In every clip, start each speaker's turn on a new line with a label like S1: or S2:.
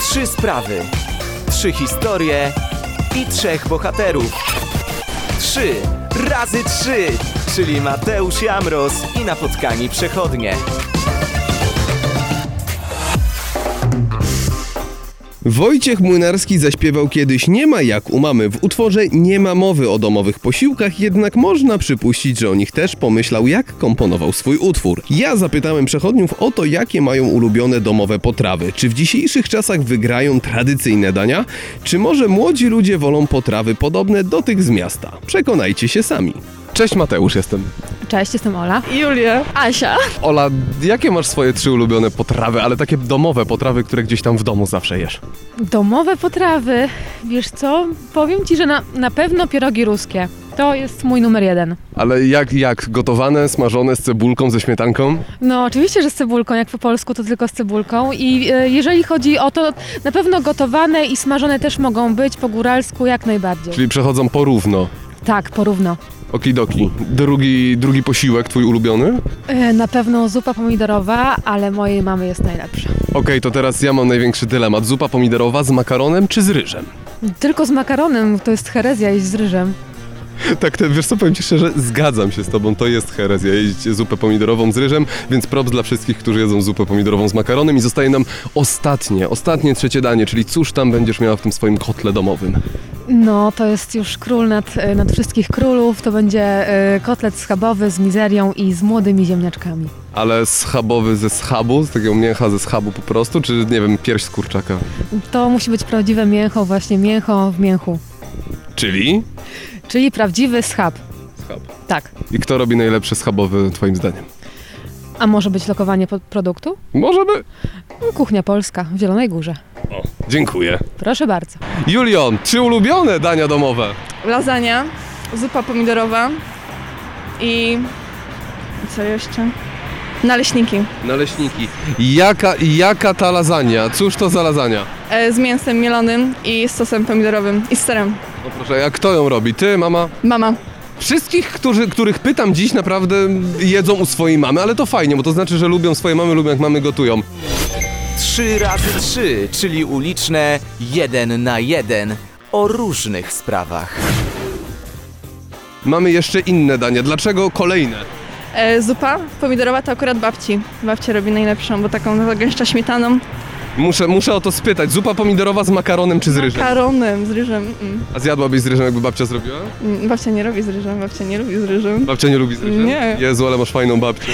S1: Trzy sprawy, trzy historie i trzech bohaterów. Trzy razy trzy, czyli Mateusz Jamros i napotkani przechodnie.
S2: Wojciech Młynarski zaśpiewał kiedyś Nie ma jak u mamy. W utworze nie ma mowy o domowych posiłkach, jednak można przypuścić, że o nich też pomyślał, jak komponował swój utwór. Ja zapytałem przechodniów o to, jakie mają ulubione domowe potrawy. Czy w dzisiejszych czasach wygrają tradycyjne dania? Czy może młodzi ludzie wolą potrawy podobne do tych z miasta? Przekonajcie się sami. Cześć Mateusz jestem.
S3: Cześć, jestem Ola.
S4: Julię.
S3: Asia.
S2: Ola, jakie masz swoje trzy ulubione potrawy, ale takie domowe potrawy, które gdzieś tam w domu zawsze jesz?
S3: Domowe potrawy. Wiesz co? Powiem ci, że na, na pewno pierogi ruskie. To jest mój numer jeden.
S2: Ale jak, jak? Gotowane, smażone z cebulką, ze śmietanką?
S3: No, oczywiście, że z cebulką, jak po polsku, to tylko z cebulką. I e, jeżeli chodzi o to, na pewno gotowane i smażone też mogą być po góralsku jak najbardziej.
S2: Czyli przechodzą porówno.
S3: Tak, porówno.
S2: Okidoki. Drugi, drugi posiłek, twój ulubiony? Okej,
S3: E, na pewno zupa pomidorowa, ale mojej mamy jest najlepsza.
S2: to teraz ja mam największy dylemat. Zupa pomidorowa z makaronem czy z ryżem?
S3: Tylko z makaronem, to jest herezja jeść z ryżem.
S2: Tak, te, wiesz co, powiem ci szczerze, zgadzam się z tobą, to jest herezja, jeść zupę pomidorową z ryżem, więc props dla wszystkich, którzy jedzą zupę pomidorową z makaronem i zostaje nam ostatnie, ostatnie trzecie danie, czyli cóż tam będziesz miała w tym swoim kotle domowym?
S3: No, to jest już król nad, e, nad wszystkich królów. To będzie e, kotlet schabowy z mizerią i z młodymi ziemniaczkami.
S2: Ale schabowy ze schabu, z takiego mięcha ze schabu po prostu, czy nie wiem, pierś z kurczaka?
S3: To musi być prawdziwe mięcho, właśnie mięcho w mięchu.
S2: Czyli?
S3: Czyli prawdziwy schab.
S2: Schab.
S3: Tak.
S2: I kto robi najlepszy schabowy, twoim zdaniem?
S3: A może być lokowanie po- produktu?
S2: Może by.
S3: Kuchnia polska w Zielonej Górze.
S2: O, dziękuję.
S3: Proszę bardzo.
S2: Julion, czy ulubione dania domowe?
S4: Lasagna, zupa pomidorowa i co jeszcze? Naleśniki
S2: Naleśniki. Jaka, jaka ta lasagna? Cóż to za lasagna?
S4: e, z mięsem mielonym i z sosem pomidorowym i z serem.
S2: No proszę, jak kto ją robi? Ty, mama?
S4: Mama.
S2: Wszystkich, którzy, których pytam dziś, naprawdę jedzą u swojej mamy, ale to fajnie, bo to znaczy, że lubią swoje mamy, lubią jak mamy gotują.
S1: Trzy razy trzy, czyli uliczne jeden na jeden o różnych sprawach.
S2: Mamy jeszcze inne dania. Dlaczego kolejne?
S4: E, zupa pomidorowa to akurat babci. Babcia robi najlepszą, bo taką zagęszcza śmietaną.
S2: Muszę, muszę o to spytać. Zupa pomidorowa z makaronem czy z ryżem?
S4: Karonem z ryżem. Mm.
S2: A zjadłabyś z ryżem, jakby babcia zrobiła?
S4: Mm, Babcia nie robi z ryżem, babcia nie lubi z ryżem.
S2: Babcia nie lubi z ryżem?
S4: Nie.
S2: Jezu, ale masz fajną babcię.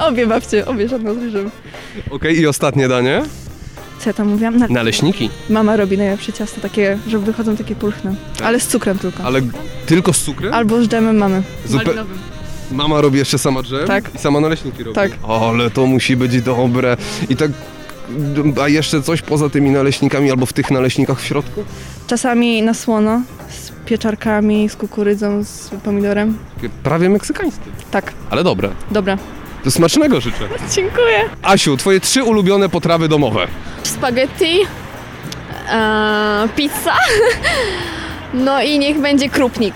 S4: obie babcie, obie żadna z ryżem.
S2: Okej, i ostatnie danie?
S4: Co ja tam mówiłam? Na-
S2: Naleśniki.
S4: Mama robi najlepsze ciasto, takie, że wychodzą takie pulchne. Ale z cukrem tylko.
S2: Ale tylko z cukrem?
S4: Albo z dżemem mamy.
S2: Zupe-
S4: Malinowym.
S2: Mama robi jeszcze sama dżem?
S4: Tak.
S2: I sama naleśniki robi?
S4: Tak.
S2: Ale to musi być dobre. I tak... A jeszcze coś poza tymi naleśnikami albo w tych naleśnikach w środku?
S4: Czasami na słono, z pieczarkami, z kukurydzą, z pomidorem.
S2: Takie Prawie meksykańskie.
S4: Tak,
S2: Ale dobre.
S4: dobra.
S2: To smacznego życzę.
S4: Dziękuję.
S2: Asiu, twoje trzy ulubione potrawy domowe.
S5: spaghetti, e, pizza, no i niech będzie krupnik.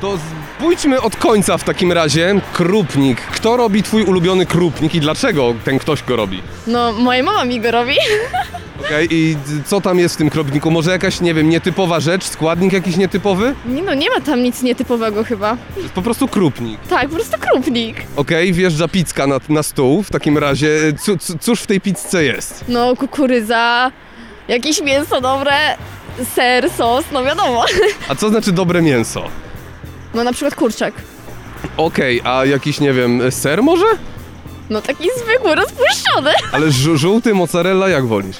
S2: To z- pójdźmy od końca w takim razie. Krupnik. Kto robi twój ulubiony krupnik i dlaczego ten ktoś go robi?
S5: No, moja mama mi go robi.
S2: Okej, i co tam jest w tym krupniku? Może jakaś, nie wiem, nietypowa rzecz, składnik jakiś nietypowy?
S5: Nie no, nie ma tam nic nietypowego chyba.
S2: To jest po prostu krupnik.
S5: Tak, po prostu krupnik.
S2: Okej, wjeżdża pizka na, na stół, w takim razie E, cu, cu, cóż w tej pizce jest?
S5: No, kukurydza, jakieś mięso dobre, ser, sos, no wiadomo.
S2: A co znaczy dobre mięso?
S5: No na przykład kurczak.
S2: Okej, a jakiś, nie wiem, ser może?
S5: No taki zwykły, rozpuszczony.
S2: Ale żu- żółty, mozzarella, jak wolisz?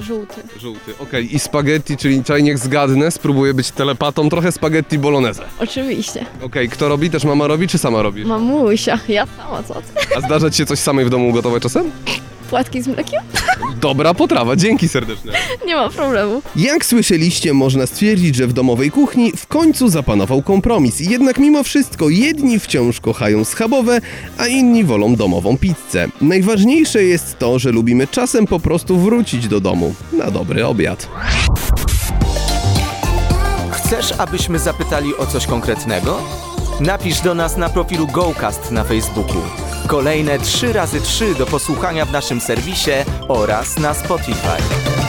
S5: żółty.
S2: Żółty, okej. I spaghetti, czyli czaj, niech zgadnę, spróbuję być telepatą, trochę spaghetti bolognese.
S5: Oczywiście.
S2: Okej, kto robi? Też mama robi, czy sama robisz?
S5: Mamusia, ja sama, co ty?
S2: A zdarza ci się coś samej w domu ugotować czasem?
S5: Płatki z mlekiem?
S2: Dobra potrawa, dzięki serdeczne.
S5: Nie ma problemu.
S2: Jak słyszeliście, można stwierdzić, że w domowej kuchni w końcu zapanował kompromis. Jednak mimo wszystko jedni wciąż kochają schabowe, a inni wolą domową pizzę. Najważniejsze jest to, że lubimy czasem po prostu wrócić do domu na dobry obiad.
S1: Chcesz, abyśmy zapytali o coś konkretnego? Napisz do nas na profilu GoCast na Facebooku. Kolejne 3 razy 3 do posłuchania w naszym serwisie oraz na Spotify.